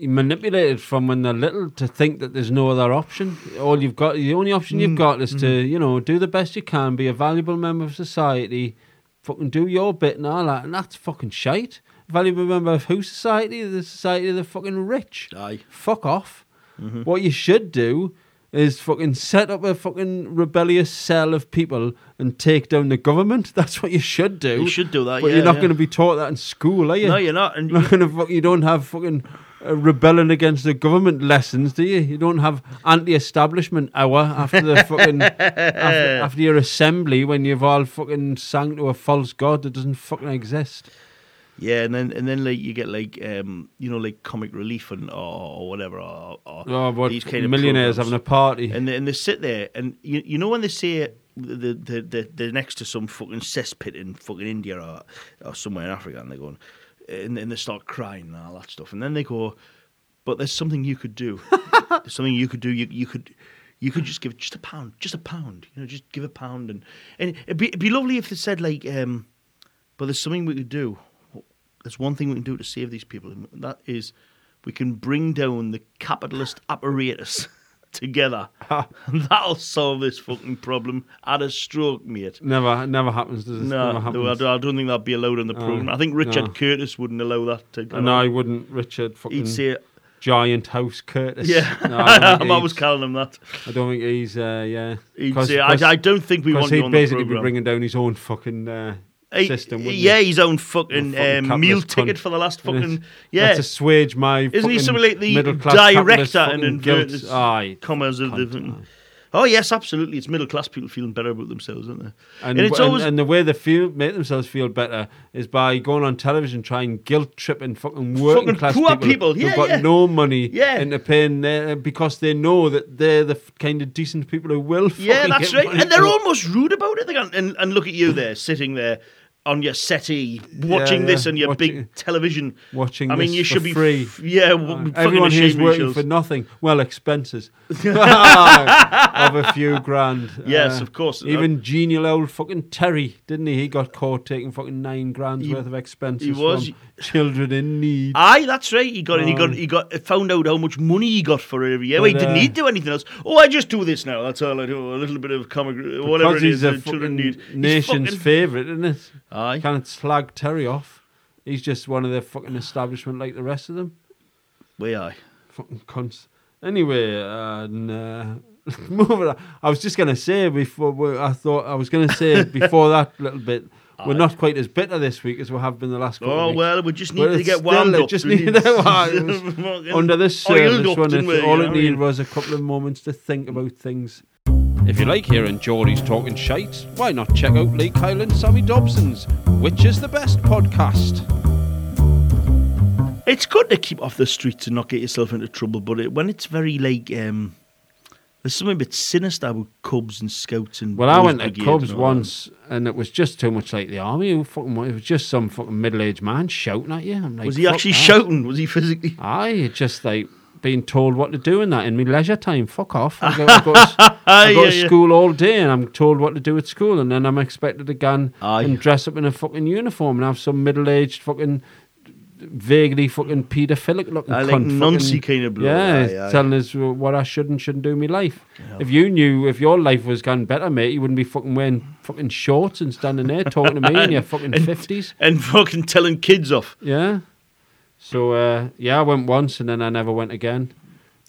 Speaker 1: manipulated from when they're little to think that there's no other option. All you've got, the only option
Speaker 2: Mm,
Speaker 1: you've got is to you know do the best you can, be a valuable member of society, fucking do your bit and all that, and that's fucking shite. Valuable member of whose society? The society of the fucking rich
Speaker 2: aye.
Speaker 1: fuck off.
Speaker 2: Mm-hmm.
Speaker 1: What you should do is fucking set up a fucking rebellious cell of people and take down the government. That's what you should do.
Speaker 2: You should do that,
Speaker 1: But
Speaker 2: yeah,
Speaker 1: you're not
Speaker 2: yeah.
Speaker 1: going to be taught that in school, are you?
Speaker 2: No, you're not. And
Speaker 1: Not gonna fuck, you don't have fucking uh, rebelling against the government lessons, do you? You don't have anti-establishment hour after the fucking after, after your assembly when you've all fucking sang to a false god that doesn't fucking exist.
Speaker 2: Yeah, and then and then like you get like um you know like comic relief and or, or whatever or, or
Speaker 1: Oh, but
Speaker 2: these kind of
Speaker 1: millionaires
Speaker 2: programs.
Speaker 1: having a party.
Speaker 2: and they, and they sit there and you you know when they say the the the they're next to some fucking cesspit in fucking India or or somewhere in Africa and they're going and then they start crying and all that stuff and then they go but there's something you could do there's something you could do you you could you could just give just a pound just a pound you know just give a pound and and it'd be, it'd be lovely if they said like um but there's something we could do. There's one thing we can do to save these people, and that is we can bring down the capitalist apparatus together. and that'll solve this fucking problem at a stroke, mate.
Speaker 1: Never, never happens. Does it?
Speaker 2: No,
Speaker 1: never happens.
Speaker 2: I don't- I don't think that'd be allowed on the program. I think Richard
Speaker 1: Oh, no.
Speaker 2: Curtis wouldn't allow that to go.
Speaker 1: And
Speaker 2: on.
Speaker 1: I wouldn't, Richard fucking
Speaker 2: He'd say,
Speaker 1: giant house Curtis.
Speaker 2: "Yeah,
Speaker 1: no, I, don't think
Speaker 2: I'm always
Speaker 1: he's-
Speaker 2: calling him that."
Speaker 1: I don't think he's. Uh, yeah,
Speaker 2: He'd
Speaker 1: 'Cause-
Speaker 2: say, I,
Speaker 1: 'cause-
Speaker 2: "I don't think we
Speaker 1: 'cause
Speaker 2: want you
Speaker 1: he'd
Speaker 2: on the
Speaker 1: basically be
Speaker 2: program."
Speaker 1: bringing down his own fucking uh,
Speaker 2: Hey,
Speaker 1: system. wouldn't he?
Speaker 2: yeah, his own
Speaker 1: Little
Speaker 2: fucking,
Speaker 1: fucking
Speaker 2: um, meal
Speaker 1: capitalist
Speaker 2: ticket
Speaker 1: cunt.
Speaker 2: for the last
Speaker 1: And it's-
Speaker 2: fucking yeah.
Speaker 1: That's assuage my.
Speaker 2: Isn't he
Speaker 1: fucking
Speaker 2: something like the
Speaker 1: middle-class capitalist
Speaker 2: director and
Speaker 1: fucking guilt.
Speaker 2: inverted
Speaker 1: Aye,
Speaker 2: commas of the
Speaker 1: cunt, aye.
Speaker 2: thing? Oh yes, absolutely. It's middle class people feeling better about themselves, aren't they?
Speaker 1: And,
Speaker 2: And, it's
Speaker 1: and-
Speaker 2: always
Speaker 1: and the way they feel make themselves feel better is by going on television trying guilt tripping fucking working
Speaker 2: Fucking
Speaker 1: class
Speaker 2: poor people,
Speaker 1: who've
Speaker 2: yeah,
Speaker 1: got
Speaker 2: yeah.
Speaker 1: no money
Speaker 2: Yeah.
Speaker 1: into paying their, because they know that they're the f- kind of decent people who will
Speaker 2: yeah,
Speaker 1: fucking
Speaker 2: that's
Speaker 1: get
Speaker 2: right.
Speaker 1: money
Speaker 2: And they're
Speaker 1: from-
Speaker 2: almost rude about it. They go, and and look at you there, sitting there on your settee, watching
Speaker 1: yeah,
Speaker 2: this on your
Speaker 1: watching-
Speaker 2: big television.
Speaker 1: watching
Speaker 2: I mean,
Speaker 1: this
Speaker 2: you
Speaker 1: for
Speaker 2: should be
Speaker 1: free.
Speaker 2: f- yeah, w-
Speaker 1: Everyone
Speaker 2: fucking
Speaker 1: here's
Speaker 2: ashamed of
Speaker 1: working
Speaker 2: yourselves.
Speaker 1: for nothing. Well, expenses Oh, of a few grand. Uh,
Speaker 2: Yes, of course.
Speaker 1: Even genial old fucking Terry, didn't he? He got caught taking fucking nine grand's
Speaker 2: He-
Speaker 1: worth of expenses
Speaker 2: was. Ah,
Speaker 1: from children in need.
Speaker 2: Aye, that's right. He got and he got
Speaker 1: Um,
Speaker 2: he got found out how much money he got for it every year. Well, he
Speaker 1: but,
Speaker 2: didn't
Speaker 1: uh,
Speaker 2: need to do anything else. Oh, I just do this now. That's all I do. A little bit of comic, whatever it
Speaker 1: Because
Speaker 2: is
Speaker 1: he's a
Speaker 2: that children
Speaker 1: fucking
Speaker 2: need. He's
Speaker 1: nation's
Speaker 2: fucking-
Speaker 1: favourite, isn't it?
Speaker 2: Aye.
Speaker 1: Can't slag Terry off. He's just one of the fucking establishment like the rest of them.
Speaker 2: Way aye.
Speaker 1: fucking cunts. Anyway, uh, and, uh, moving on. I was just gonna say before we, I thought I was gonna say before that little bit. We're not quite as bitter this week as we have been the last couple. of
Speaker 2: Oh
Speaker 1: weeks.
Speaker 2: well, we just need
Speaker 1: But
Speaker 2: to
Speaker 1: it's
Speaker 2: get
Speaker 1: still-
Speaker 2: wound
Speaker 1: it
Speaker 2: up.
Speaker 1: just
Speaker 2: We
Speaker 1: needed a wound.
Speaker 2: fucking
Speaker 1: Under this
Speaker 2: oiled
Speaker 1: service,
Speaker 2: up,
Speaker 1: one,
Speaker 2: didn't we,
Speaker 1: it's- all
Speaker 2: you
Speaker 1: it
Speaker 2: know what I
Speaker 1: needed
Speaker 2: mean?
Speaker 1: was a couple of moments to think about things. If you like hearing Geordie's talking shite, why not check out Lee Kyle and Sammy Dobson's Which is the Best podcast?
Speaker 2: It's good to keep off the streets and not get yourself into trouble, but it, when it's very like um, there's something a bit sinister about Cubs and Scouts and
Speaker 1: Well, I
Speaker 2: Boys
Speaker 1: went to
Speaker 2: Brigade
Speaker 1: Cubs
Speaker 2: and all
Speaker 1: once, and it was just too much like the army. Who fucking wa- It was just some fucking middle-aged man shouting at you. I'm
Speaker 2: that.
Speaker 1: like,
Speaker 2: Was he
Speaker 1: "Fuck
Speaker 2: actually
Speaker 1: that."
Speaker 2: shouting? Was he physically?
Speaker 1: Aye, it's just like being told what to do and that in my leisure time. Fuck off! I go, I go to, s- I go
Speaker 2: Yeah,
Speaker 1: to
Speaker 2: yeah.
Speaker 1: school all day, and I'm told what to do at school, and then I'm expected to go and-
Speaker 2: Aye.
Speaker 1: and dress up in a fucking uniform and have some middle-aged fucking. Vaguely fucking pedophilic looking
Speaker 2: I like
Speaker 1: cunt, fucking-
Speaker 2: Nancy kind of bloke.
Speaker 1: yeah,
Speaker 2: Aye, aye.
Speaker 1: telling us what I should and shouldn't do in my life. If you knew, if your life was going better, mate, you wouldn't be fucking wearing fucking shorts and standing there talking to me in your fucking fifties.
Speaker 2: and fucking telling kids off.
Speaker 1: Yeah, So uh, yeah, I went once and then I never went again.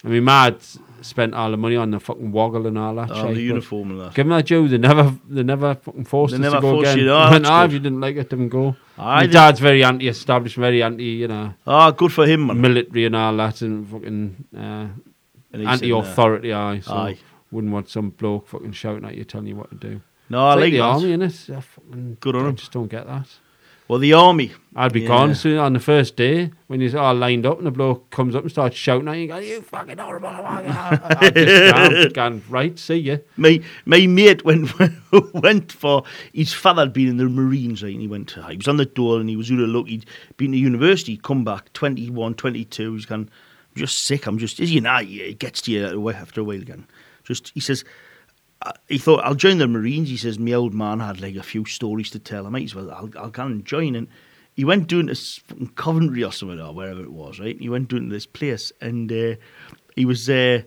Speaker 1: I mean, Mad spent all the money on the fucking woggle and all that.
Speaker 2: Oh,
Speaker 1: shite,
Speaker 2: the
Speaker 1: but
Speaker 2: uniform and that.
Speaker 1: Give them that Joe. They never, they never fucking forced
Speaker 2: They
Speaker 1: us
Speaker 2: never
Speaker 1: to go
Speaker 2: forced
Speaker 1: again.
Speaker 2: you, no,
Speaker 1: They went,
Speaker 2: that's
Speaker 1: "Ah,
Speaker 2: good.
Speaker 1: if you didn't like it, didn't go.
Speaker 2: Aye,
Speaker 1: My
Speaker 2: they-
Speaker 1: dad's very anti-establishment, very anti, you know,
Speaker 2: Ah, good for him, man.
Speaker 1: military and all that, and fucking uh,
Speaker 2: And he's in there.
Speaker 1: anti-authority. Aye, so
Speaker 2: Aye.
Speaker 1: wouldn't want some bloke fucking shouting at you, telling you what to do.
Speaker 2: No, I
Speaker 1: It's
Speaker 2: like
Speaker 1: the
Speaker 2: that.
Speaker 1: army, innit? I fucking
Speaker 2: Good on
Speaker 1: I
Speaker 2: 'em.
Speaker 1: just don't get that.
Speaker 2: Well, the army.
Speaker 1: I'd be
Speaker 2: Yeah.
Speaker 1: gone soon on the first day when he's all lined up and the bloke comes up and starts shouting at you. Go, you fucking horrible! I just can't, can't- right, see you.
Speaker 2: My my mate went went for his father had been in the Marines, right, and he went. He was on the dole, and he was really lucky. He'd been to university, come back 21, 22. He's gone. I'm just sick. I'm just. You know, it gets to you a whi- after a while again. Just he says. uh, He thought I'll join the Marines. He says my old man had like a few stories to tell. I might as well. I'll I'll go and join. And he went doing this fucking Coventry or something or wherever it was. Right. He went doing this place, and uh, he was there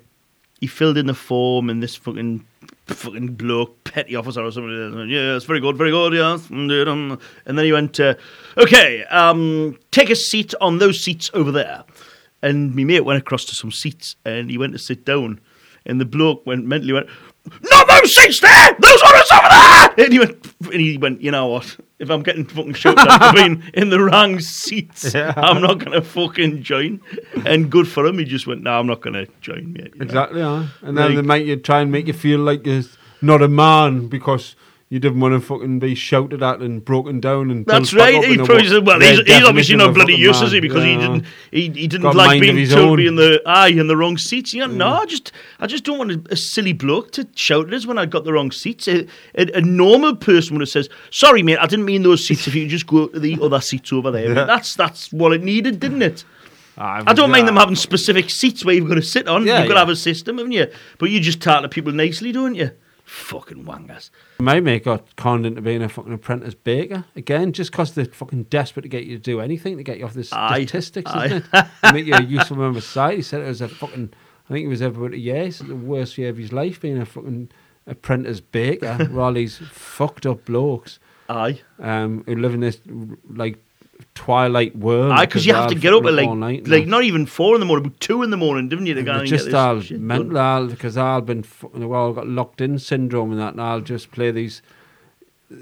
Speaker 2: he filled in the form and this fucking fucking bloke petty officer or something yeah it's very good very good yes indeed, um." and then he went uh, okay um take a seat on those seats over there and my mate went across to some seats and he went to sit down and the bloke went mentally went not those seats there those ones over there and he went and he went you know what if I'm getting fucking shot for being in the wrong seats I'm not gonna fucking join and good for him he just went no I'm not gonna join mate you know?
Speaker 1: Exactly, aye. And then
Speaker 2: Like-
Speaker 1: they make you try and make you feel like you're not a man because you didn't want to fucking be shouted at and broken down and.
Speaker 2: That's
Speaker 1: built back
Speaker 2: right.
Speaker 1: up
Speaker 2: He
Speaker 1: in a
Speaker 2: probably
Speaker 1: wa-
Speaker 2: said, "Well,
Speaker 1: their
Speaker 2: he's, he's obviously
Speaker 1: definition of
Speaker 2: not
Speaker 1: a
Speaker 2: bloody
Speaker 1: fucking man.
Speaker 2: useless, he? Because he
Speaker 1: Yeah.
Speaker 2: didn't he, he didn't
Speaker 1: Got a
Speaker 2: like
Speaker 1: mind of
Speaker 2: being
Speaker 1: his
Speaker 2: told
Speaker 1: own. Mm.
Speaker 2: in the aye in the wrong seats. Yeah, no, I just I just don't want a, a silly bloke to shout at us when I got the wrong seats. A, a, a normal person would have says, "Sorry, mate, I didn't mean those seats. If you just go to the other seats over there, mate." that's that's what it needed, didn't it?
Speaker 1: Aye,
Speaker 2: I don't mind them
Speaker 1: yeah.
Speaker 2: having specific seats where you've got to sit on.
Speaker 1: Yeah,
Speaker 2: you've got
Speaker 1: yeah.
Speaker 2: to have a system, haven't you? But you just talk to people nicely, don't you? Fucking wangers.
Speaker 1: My mate got conned into being a fucking apprentice baker again, just 'cause they're fucking desperate to get you to do anything to get you off the
Speaker 2: Aye.
Speaker 1: statistics,
Speaker 2: Aye.
Speaker 1: isn't it? To make you a useful member of society. He said it was a fucking, I think it was ever about a year, he said the worst year of his life being a fucking apprentice baker with all these fucked up blokes
Speaker 2: Aye.
Speaker 1: um, who live in this like twilight world.
Speaker 2: Aye, because you have to get up at like, like
Speaker 1: no.
Speaker 2: not even four in the morning, but two in the morning, didn't you? To go and get
Speaker 1: just
Speaker 2: this
Speaker 1: all
Speaker 2: shit done?
Speaker 1: mental, all because all been fucking well got locked in syndrome and that, and I'll just play these.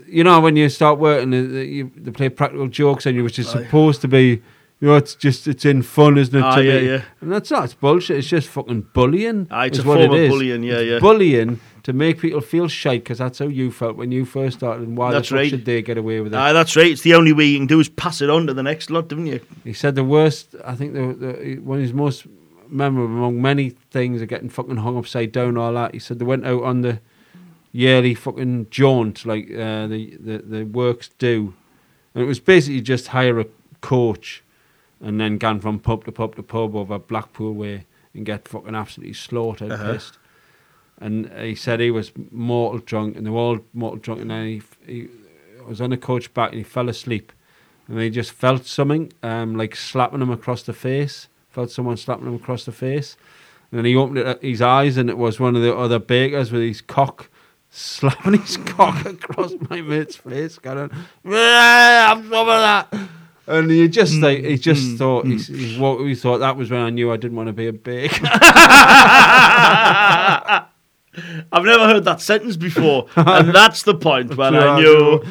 Speaker 1: You know when you start working, uh, uh, you, they play practical jokes on you, which is supposed to be, you know, it's just it's in fun, isn't it?
Speaker 2: Oh, Ah,
Speaker 1: to
Speaker 2: yeah,
Speaker 1: me?
Speaker 2: yeah.
Speaker 1: And that's not it's bullshit. It's just fucking bullying.
Speaker 2: Aye, it's
Speaker 1: is
Speaker 2: a
Speaker 1: what
Speaker 2: form
Speaker 1: it
Speaker 2: of
Speaker 1: is.
Speaker 2: bullying, yeah,
Speaker 1: It's
Speaker 2: yeah.
Speaker 1: Bullying to make people feel shite because that's how you felt when you first started, and why
Speaker 2: That's
Speaker 1: the fuck
Speaker 2: right.
Speaker 1: should they get away with it?
Speaker 2: Aye, that's right. It's the only way you can do is pass it on to the next lot, didn't you?
Speaker 1: He said the worst. I think the, the one of his most memorable among many things are getting fucking hung upside down. All that. He said they went out on the yearly fucking jaunt, like uh, the, the the works do, and it was basically just hire a coach and then gone from pub to pub to pub over Blackpool way and get fucking absolutely slaughtered, pissed. And he said he was mortal drunk, and they were all mortal drunk, and then he, f- he was on the coach back and he fell asleep, and he just felt something, um, like slapping him across the face. Felt someone slapping him across the face, and then he opened it, his eyes, and it was one of the other bakers with his cock. Slapping his cock across my mate's face, going, "Yeah, I'm some of that. And he just
Speaker 2: Mm,
Speaker 1: like he just thought he's, he's what he thought that was when I knew I didn't want to be a baker.
Speaker 2: I've never heard that sentence before, and that's the point when I
Speaker 1: Yeah,
Speaker 2: knew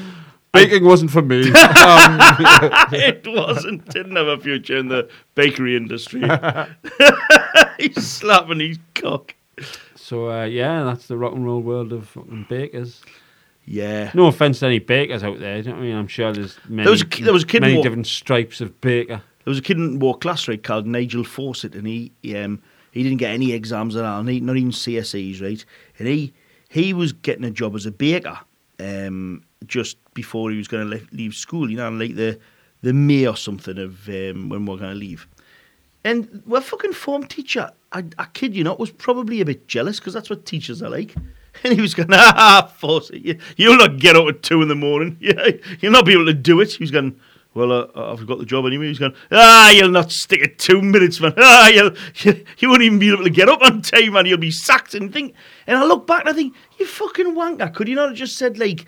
Speaker 1: Baking wasn't for me. Um,
Speaker 2: it wasn't didn't have a future in the bakery industry. He's slapping his cock.
Speaker 1: so uh, yeah, that's the rock and roll world of fucking bakers.
Speaker 2: Yeah.
Speaker 1: No offense to any bakers out there. do you know what I mean, I'm sure there's many.
Speaker 2: was a ki- there was a kid
Speaker 1: many
Speaker 2: who-
Speaker 1: different stripes of baker.
Speaker 2: There was a kid in war class right called Nigel Fawcett, and he he, um, he didn't get any exams at all, and he, not even CSEs, right? And he he was getting a job as a baker um, just before he was going to leave, leave school, you know, like the the May or something of um, when we're going to leave. And my fucking form teacher, I, I kid you not, was probably a bit jealous because that's what teachers are like. And he was going, ah, force it. You, you'll not get up at two in the morning. Yeah, You'll not be able to do it. He was going, well, uh, I've got the job anyway. He was going, ah, you'll not stick it two minutes, man. Ah, you'll, you, you won't even be able to get up on time, man. You'll be sacked and think. And I look back and I think, you fucking wanker. Could you not have just said, like,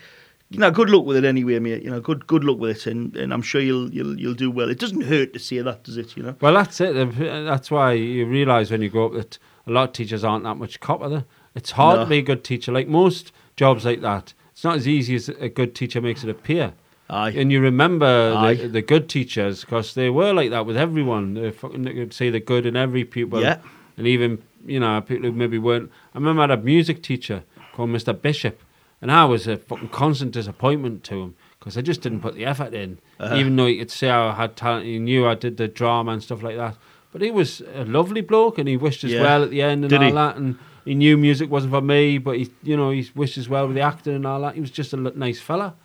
Speaker 2: you know, good luck with it anyway, mate. You know, good good luck with it, and, and I'm sure you'll you'll you'll do well. It doesn't hurt to say that, does it? You know.
Speaker 1: Well, that's it. That's why you realise when you grow up that a lot of teachers aren't that much cop, are they? It's hard
Speaker 2: No.
Speaker 1: to be a good teacher. Like most jobs like that, it's not as easy as a good teacher makes it appear.
Speaker 2: Aye.
Speaker 1: And you remember
Speaker 2: Aye.
Speaker 1: the, the good teachers because they were like that with everyone. They fucking they could see the good in every pupil.
Speaker 2: Yeah.
Speaker 1: And even, you know, people who maybe weren't. I remember I had a music teacher called Mr. Bishop, and I was a fucking constant disappointment to him because I just didn't put the effort in.
Speaker 2: Uh-huh.
Speaker 1: Even though he could see I had talent, he knew I did the drama and stuff like that. But he was a lovely bloke and he wished us
Speaker 2: Yeah.
Speaker 1: well at the end and
Speaker 2: Did
Speaker 1: all
Speaker 2: he?
Speaker 1: that. And he knew music wasn't for me, but he, you know, he wished us well with the acting and all that. He was just a l- nice fella.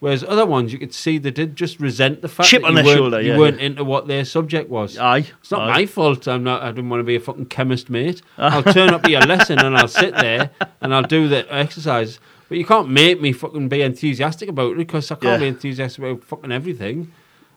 Speaker 1: Whereas other ones, you could see they did just resent the fact
Speaker 2: Chip
Speaker 1: that
Speaker 2: on
Speaker 1: you
Speaker 2: their
Speaker 1: weren't,
Speaker 2: shoulder,
Speaker 1: you
Speaker 2: yeah, Ah,
Speaker 1: weren't into what their subject was.
Speaker 2: Aye.
Speaker 1: It's not
Speaker 2: Aye.
Speaker 1: my fault. I'm not. I didn't want to be a fucking chemist, mate. I'll turn up to your lesson and I'll sit there and I'll do the exercise. But you can't make me fucking be enthusiastic about it because I can't
Speaker 2: Yeah.
Speaker 1: be enthusiastic about fucking everything.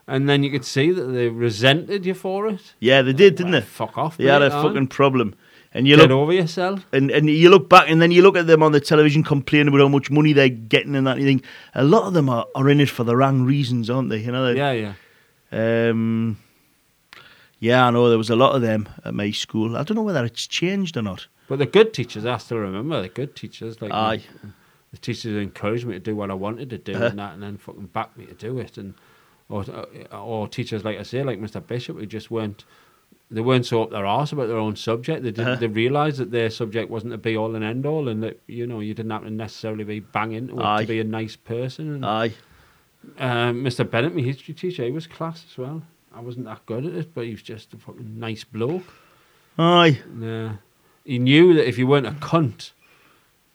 Speaker 1: And then you could see that they resented you for it.
Speaker 2: Yeah, they did, didn't
Speaker 1: Well,
Speaker 2: they?
Speaker 1: Fuck off.
Speaker 2: They had
Speaker 1: mate,
Speaker 2: a
Speaker 1: aye.
Speaker 2: fucking problem, and you
Speaker 1: get
Speaker 2: look
Speaker 1: over yourself.
Speaker 2: and, and you look back and then you look at them on the television complaining about how much money they're getting and that and you think a lot of them are, are in it for the wrong reasons aren't they you know they-
Speaker 1: Yeah, yeah.
Speaker 2: um yeah I know there was a lot of them at my school I don't know whether it's changed or not
Speaker 1: But the good teachers, I still remember the good teachers. Like
Speaker 2: Aye.
Speaker 1: the teachers encouraged me to do what I wanted to do
Speaker 2: Uh-huh.
Speaker 1: and that, and then fucking backed me to do it. And or or teachers like I say, like Mr. Bishop, who just weren't they weren't so up their arse about their own subject. They didn't.
Speaker 2: Uh-huh.
Speaker 1: They realised that their subject wasn't a be all and end all, and that you know you didn't have to necessarily be banging to, it
Speaker 2: Aye.
Speaker 1: to be a nice person. And,
Speaker 2: aye
Speaker 1: um, Mr. Bennett, my history teacher, he was class as well. I wasn't that good at it, but he was just a fucking nice bloke.
Speaker 2: aye
Speaker 1: Yeah. He knew that if you weren't a cunt,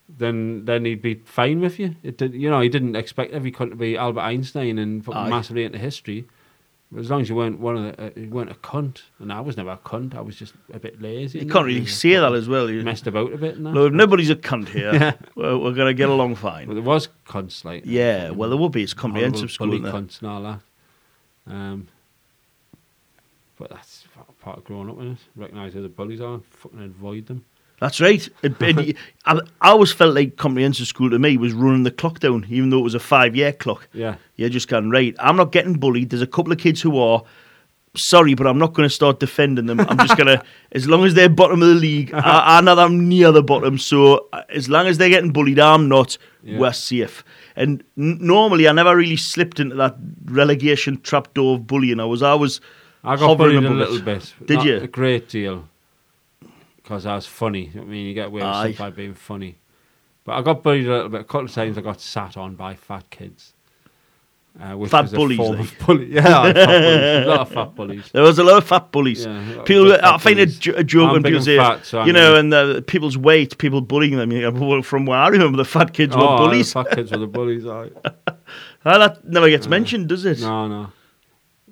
Speaker 1: then then he'd be fine with you. It did, you know, he didn't expect every cunt to be Albert Einstein and
Speaker 2: Aye.
Speaker 1: fucking massively into history. But as long as you weren't one of the, uh, you weren't a cunt, and I was never a cunt. I was just a bit lazy.
Speaker 2: you
Speaker 1: and
Speaker 2: can't really say that as well you,
Speaker 1: messed about a bit. And that.
Speaker 2: no if nobody's a cunt here
Speaker 1: Yeah.
Speaker 2: we're, we're going to get along
Speaker 1: but
Speaker 2: fine
Speaker 1: there was cunts like
Speaker 2: yeah well there would be it's
Speaker 1: horrible
Speaker 2: comprehensive school
Speaker 1: bully
Speaker 2: isn't there?
Speaker 1: cunts and all that. Um, but that's part of growing up, isn't it? Recognise who the bullies are, and fucking avoid them.
Speaker 2: that's right It- it- I, I always felt like comprehensive school to me was running the clock down even though it was a five year clock
Speaker 1: Yeah.
Speaker 2: You're just going, right, I'm not getting bullied. There's a couple of kids who are. Sorry, but I'm not going to start defending them. I'm just going to, as long as they're bottom of the league, I, I know that I'm near the bottom. So uh, as long as they're getting bullied, I'm not.
Speaker 1: Yeah.
Speaker 2: We're safe. And n- normally, I never really slipped into that relegation trapdoor of bullying. I was always
Speaker 1: I got
Speaker 2: hovering
Speaker 1: bullied a
Speaker 2: above it.
Speaker 1: little bit.
Speaker 2: Did
Speaker 1: not
Speaker 2: you?
Speaker 1: A great deal. Because I was funny. I mean, you get away with
Speaker 2: Aye.
Speaker 1: stuff by being funny. But I got bullied a little bit. A couple of times I got sat on by fat kids. Uh, which
Speaker 2: Fat
Speaker 1: was
Speaker 2: bullies,
Speaker 1: A form
Speaker 2: like.
Speaker 1: of bully. Yeah, I had fat bullies. a lot of fat bullies.
Speaker 2: There was a lot of fat bullies.
Speaker 1: Yeah,
Speaker 2: people,
Speaker 1: big fat
Speaker 2: I find
Speaker 1: bullies.
Speaker 2: a, jo- a joke
Speaker 1: I'm
Speaker 2: when
Speaker 1: big
Speaker 2: people
Speaker 1: and
Speaker 2: say,
Speaker 1: fat, so I'm
Speaker 2: you know,
Speaker 1: gonna-
Speaker 2: and the people's weight, people bullying them. You know, well, from where I remember, the fat kids
Speaker 1: Oh,
Speaker 2: were
Speaker 1: aye,
Speaker 2: bullies.
Speaker 1: Fat kids were the bullies. aye.
Speaker 2: Ah, that never gets mentioned, does it?
Speaker 1: No, no.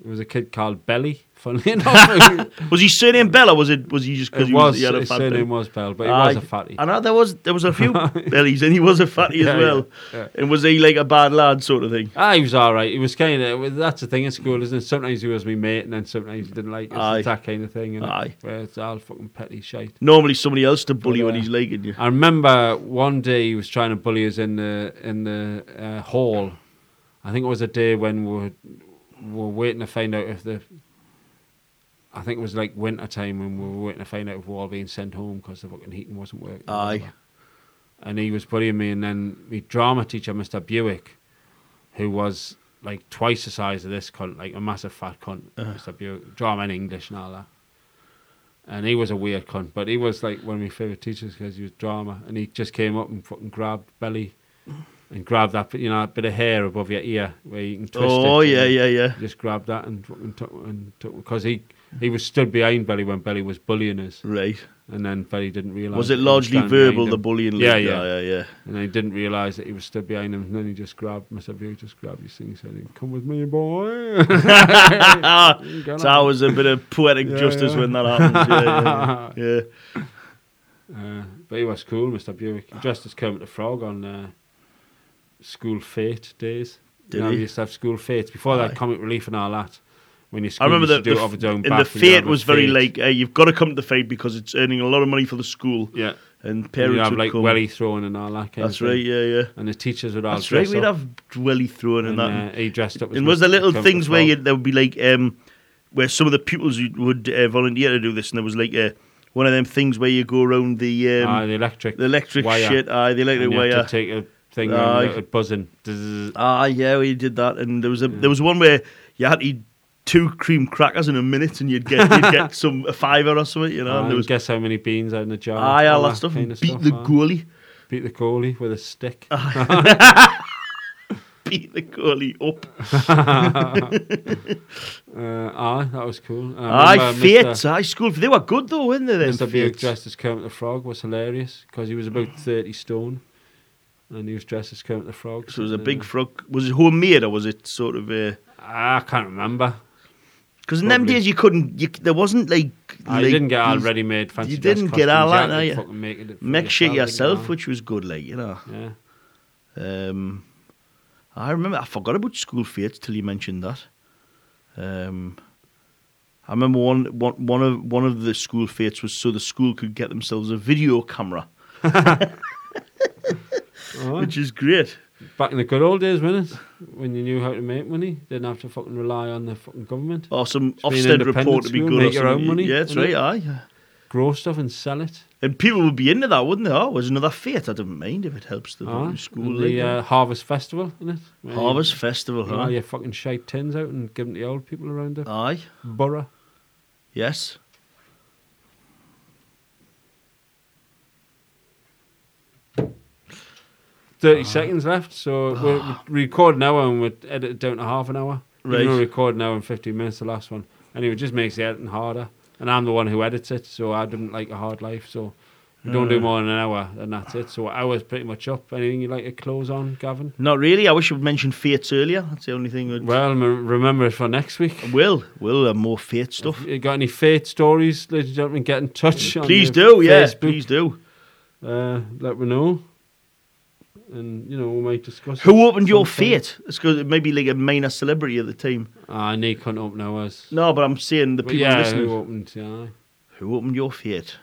Speaker 1: There was a kid called Belly. Funnily enough,
Speaker 2: Was he surname Bell or was it was he just because
Speaker 1: it
Speaker 2: he was,
Speaker 1: was.
Speaker 2: he had a
Speaker 1: His
Speaker 2: fat belly?
Speaker 1: surname was Bell, but he
Speaker 2: Aye.
Speaker 1: was a fatty.
Speaker 2: I know there was there was a few bellies and he was a fatty
Speaker 1: Yeah,
Speaker 2: as well.
Speaker 1: yeah, yeah.
Speaker 2: And was he like a bad lad sort of thing?
Speaker 1: Ah, he was all right. He was kind of that's the thing in school, isn't it? Sometimes he was my mate, and then sometimes he didn't like us.
Speaker 2: Aye.
Speaker 1: It's that kind of thing. And
Speaker 2: Aye.
Speaker 1: where it's all fucking petty shite.
Speaker 2: Normally somebody else to bully
Speaker 1: But,
Speaker 2: when
Speaker 1: uh,
Speaker 2: he's legging you.
Speaker 1: I remember one day he was trying to bully us in the in the uh, hall. I think it was a day when we were, we were waiting to find out if the. I think it was like winter time when we were waiting to find out if we were all being sent home because the fucking heating wasn't working. or
Speaker 2: Aye.
Speaker 1: whatever. And he was bullying me, and then my drama teacher, Mr. Buick, who was like twice the size of this cunt, like a massive fat cunt,
Speaker 2: Uh-huh.
Speaker 1: Mr. Buick, drama and English and all that and he was a weird cunt, but he was like one of my favorite teachers because he was drama, and he just came up and fucking grabbed belly, and grabbed that bit- you know that bit of hair above your ear where you can twist it.
Speaker 2: Oh
Speaker 1: and
Speaker 2: yeah,
Speaker 1: he
Speaker 2: yeah, yeah.
Speaker 1: Just grabbed that and fucking took and took because he he was stood behind belly when belly was bullying us,
Speaker 2: Right.
Speaker 1: and then belly didn't realize.
Speaker 2: Was it largely verbal the bullying?
Speaker 1: Yeah,
Speaker 2: Luke?
Speaker 1: yeah.
Speaker 2: yeah, yeah.
Speaker 1: And then he didn't realise that he was stood behind him, and then he just grabbed Mr. View, just grabbed his thing, and said, "Come with me, boy."
Speaker 2: It's always a bit of poetic
Speaker 1: Yeah,
Speaker 2: justice
Speaker 1: yeah.
Speaker 2: when that happens. Yeah, yeah, yeah. yeah.
Speaker 1: Uh, but he was cool, Mr. Buick. He dressed as Kermit the Frog on uh, school fete days.
Speaker 2: Did
Speaker 1: you know,
Speaker 2: he?
Speaker 1: we used to have school fetes before they
Speaker 2: Aye.
Speaker 1: had comic relief and all that. when you
Speaker 2: I remember
Speaker 1: used
Speaker 2: that
Speaker 1: to do
Speaker 2: the,
Speaker 1: it off its own
Speaker 2: and
Speaker 1: back
Speaker 2: the
Speaker 1: you'd have
Speaker 2: fate
Speaker 1: a
Speaker 2: was very
Speaker 1: fate.
Speaker 2: like uh, you've got to come to the fate because it's earning a lot of money for the school.
Speaker 1: yeah.
Speaker 2: And
Speaker 1: You'd
Speaker 2: parents
Speaker 1: have
Speaker 2: would
Speaker 1: like
Speaker 2: come.
Speaker 1: welly thrown and all that kind
Speaker 2: That's
Speaker 1: of thing.
Speaker 2: right. Yeah, yeah.
Speaker 1: And the teachers would all
Speaker 2: That's right.
Speaker 1: dress
Speaker 2: We'd
Speaker 1: up
Speaker 2: have welly thrown and,
Speaker 1: and,
Speaker 2: that.
Speaker 1: uh, he dressed up. as
Speaker 2: and was there
Speaker 1: Mr.
Speaker 2: little
Speaker 1: Kung
Speaker 2: things
Speaker 1: as
Speaker 2: where
Speaker 1: well.
Speaker 2: you, there would be like um, where some of the pupils would- would uh, volunteer to do this, and there was like uh, one of them things where you go around the um,
Speaker 1: ah, the electric
Speaker 2: the electric
Speaker 1: wire.
Speaker 2: shit, aye, the
Speaker 1: and
Speaker 2: electric
Speaker 1: you
Speaker 2: wire.
Speaker 1: had to take a thing
Speaker 2: Aye.
Speaker 1: and it would buzz in. Zzzz.
Speaker 2: Ah, yeah, we did that, and there was a there was one where you had to eat two cream crackers in a minute, and you'd get you'd get some a fiver or something, you know. and
Speaker 1: Ah,
Speaker 2: there
Speaker 1: and
Speaker 2: was
Speaker 1: guess how many beans are in the jar?
Speaker 2: aye, all
Speaker 1: that
Speaker 2: that stuff,
Speaker 1: kind
Speaker 2: and
Speaker 1: of
Speaker 2: beat the
Speaker 1: aye.
Speaker 2: goalie,
Speaker 1: Beat the goalie with a stick.
Speaker 2: beat the goalie up.
Speaker 1: Uh, aye, that was cool. I
Speaker 2: Aye,
Speaker 1: remember uh, Mr.
Speaker 2: Fates, aye, school. They were good though, weren't they? Then
Speaker 1: Mr. Bugh
Speaker 2: Fates?
Speaker 1: dressed as Kermit the Frog was hilarious because he was about 30 stone and he was dressed as Kermit the Frog.
Speaker 2: So it was a
Speaker 1: and,
Speaker 2: big
Speaker 1: uh,
Speaker 2: frog. Was it homemade or was it sort of a?
Speaker 1: I can't remember.
Speaker 2: Because in them
Speaker 1: Probably.
Speaker 2: days you couldn't. You, there wasn't like.
Speaker 1: I
Speaker 2: like
Speaker 1: didn't get all
Speaker 2: these-
Speaker 1: ready made fancy
Speaker 2: you
Speaker 1: dress
Speaker 2: didn't get all
Speaker 1: costumes.
Speaker 2: that,
Speaker 1: had to
Speaker 2: no, you-
Speaker 1: fucking make it for
Speaker 2: Make shit
Speaker 1: didn't
Speaker 2: yourself,
Speaker 1: you?
Speaker 2: which was good, like you know.
Speaker 1: Yeah.
Speaker 2: Um, I remember I forgot about school fates till you mentioned that. Um, I remember one one one of one of the school fates was so the school could get themselves a video camera,
Speaker 1: Aye.
Speaker 2: which is great.
Speaker 1: Back in the good old days, wasn't it? When you knew how to make money, didn't have to fucking rely on the fucking government.
Speaker 2: Or some
Speaker 1: an
Speaker 2: Ofsted
Speaker 1: independent
Speaker 2: report to be
Speaker 1: school,
Speaker 2: good. or
Speaker 1: make your own
Speaker 2: something.
Speaker 1: money,
Speaker 2: Yeah, that's right.
Speaker 1: innit?
Speaker 2: Aye.
Speaker 1: Grow stuff and sell it.
Speaker 2: And people would be into that, wouldn't they? Oh, there's another fate. I don't mind if it helps the
Speaker 1: Aye.
Speaker 2: fucking school.
Speaker 1: And Ah,
Speaker 2: like
Speaker 1: Oh, the
Speaker 2: that.
Speaker 1: uh, Oh, Harvest Festival, innit? Where you-
Speaker 2: Harvest Festival,
Speaker 1: You know,
Speaker 2: huh? Ah.
Speaker 1: your fucking shite tins out and give them to the old people around the
Speaker 2: Aye.
Speaker 1: borough.
Speaker 2: Yes. Ah.
Speaker 1: Thirty seconds left, so we're we're recording now and we're edit down to half an hour. Right.
Speaker 2: Right.
Speaker 1: We're recording now in fifteen minutes, the last one. Anyway, it just makes the editing harder. And I'm the one who edits it, so I didn't like a hard life. So we don't
Speaker 2: Ah.
Speaker 1: do more than an hour, and that's it. So hour's pretty much up. Anything you'd like to close on, Gavin?
Speaker 2: Not really. I wish I'd mentioned fates earlier. That's the only thing. I'd...
Speaker 1: Well, m- remember it for next week.
Speaker 2: Will, Will, uh, more fate stuff.
Speaker 1: You got any fate stories, ladies and gentlemen? Get in touch. on
Speaker 2: Please
Speaker 1: the
Speaker 2: do, yeah.
Speaker 1: Facebook
Speaker 2: Please do.
Speaker 1: uh, let me know. And you know, we might discuss.
Speaker 2: Who opened your
Speaker 1: sometime.
Speaker 2: fate? It's because maybe like a minor celebrity at the time.
Speaker 1: Ah, Nick couldn't open ours.
Speaker 2: No, but I'm saying the
Speaker 1: But
Speaker 2: people
Speaker 1: yeah,
Speaker 2: listening.
Speaker 1: who
Speaker 2: Who,
Speaker 1: opened? Yeah,
Speaker 2: opened your fate?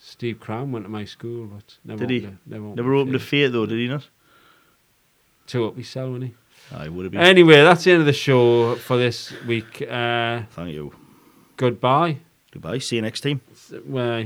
Speaker 1: Steve Cram went to my school, but never
Speaker 2: Did he?
Speaker 1: opened A, never opened,
Speaker 2: Never opened a
Speaker 1: a fee.
Speaker 2: fate though, did he not?
Speaker 1: Two up, he sell, wouldn't he?
Speaker 2: I would have been.
Speaker 1: Anyway, that's the end of the show for this week. Uh,
Speaker 2: Thank you.
Speaker 1: goodbye.
Speaker 2: Goodbye. See you next time.
Speaker 1: Well,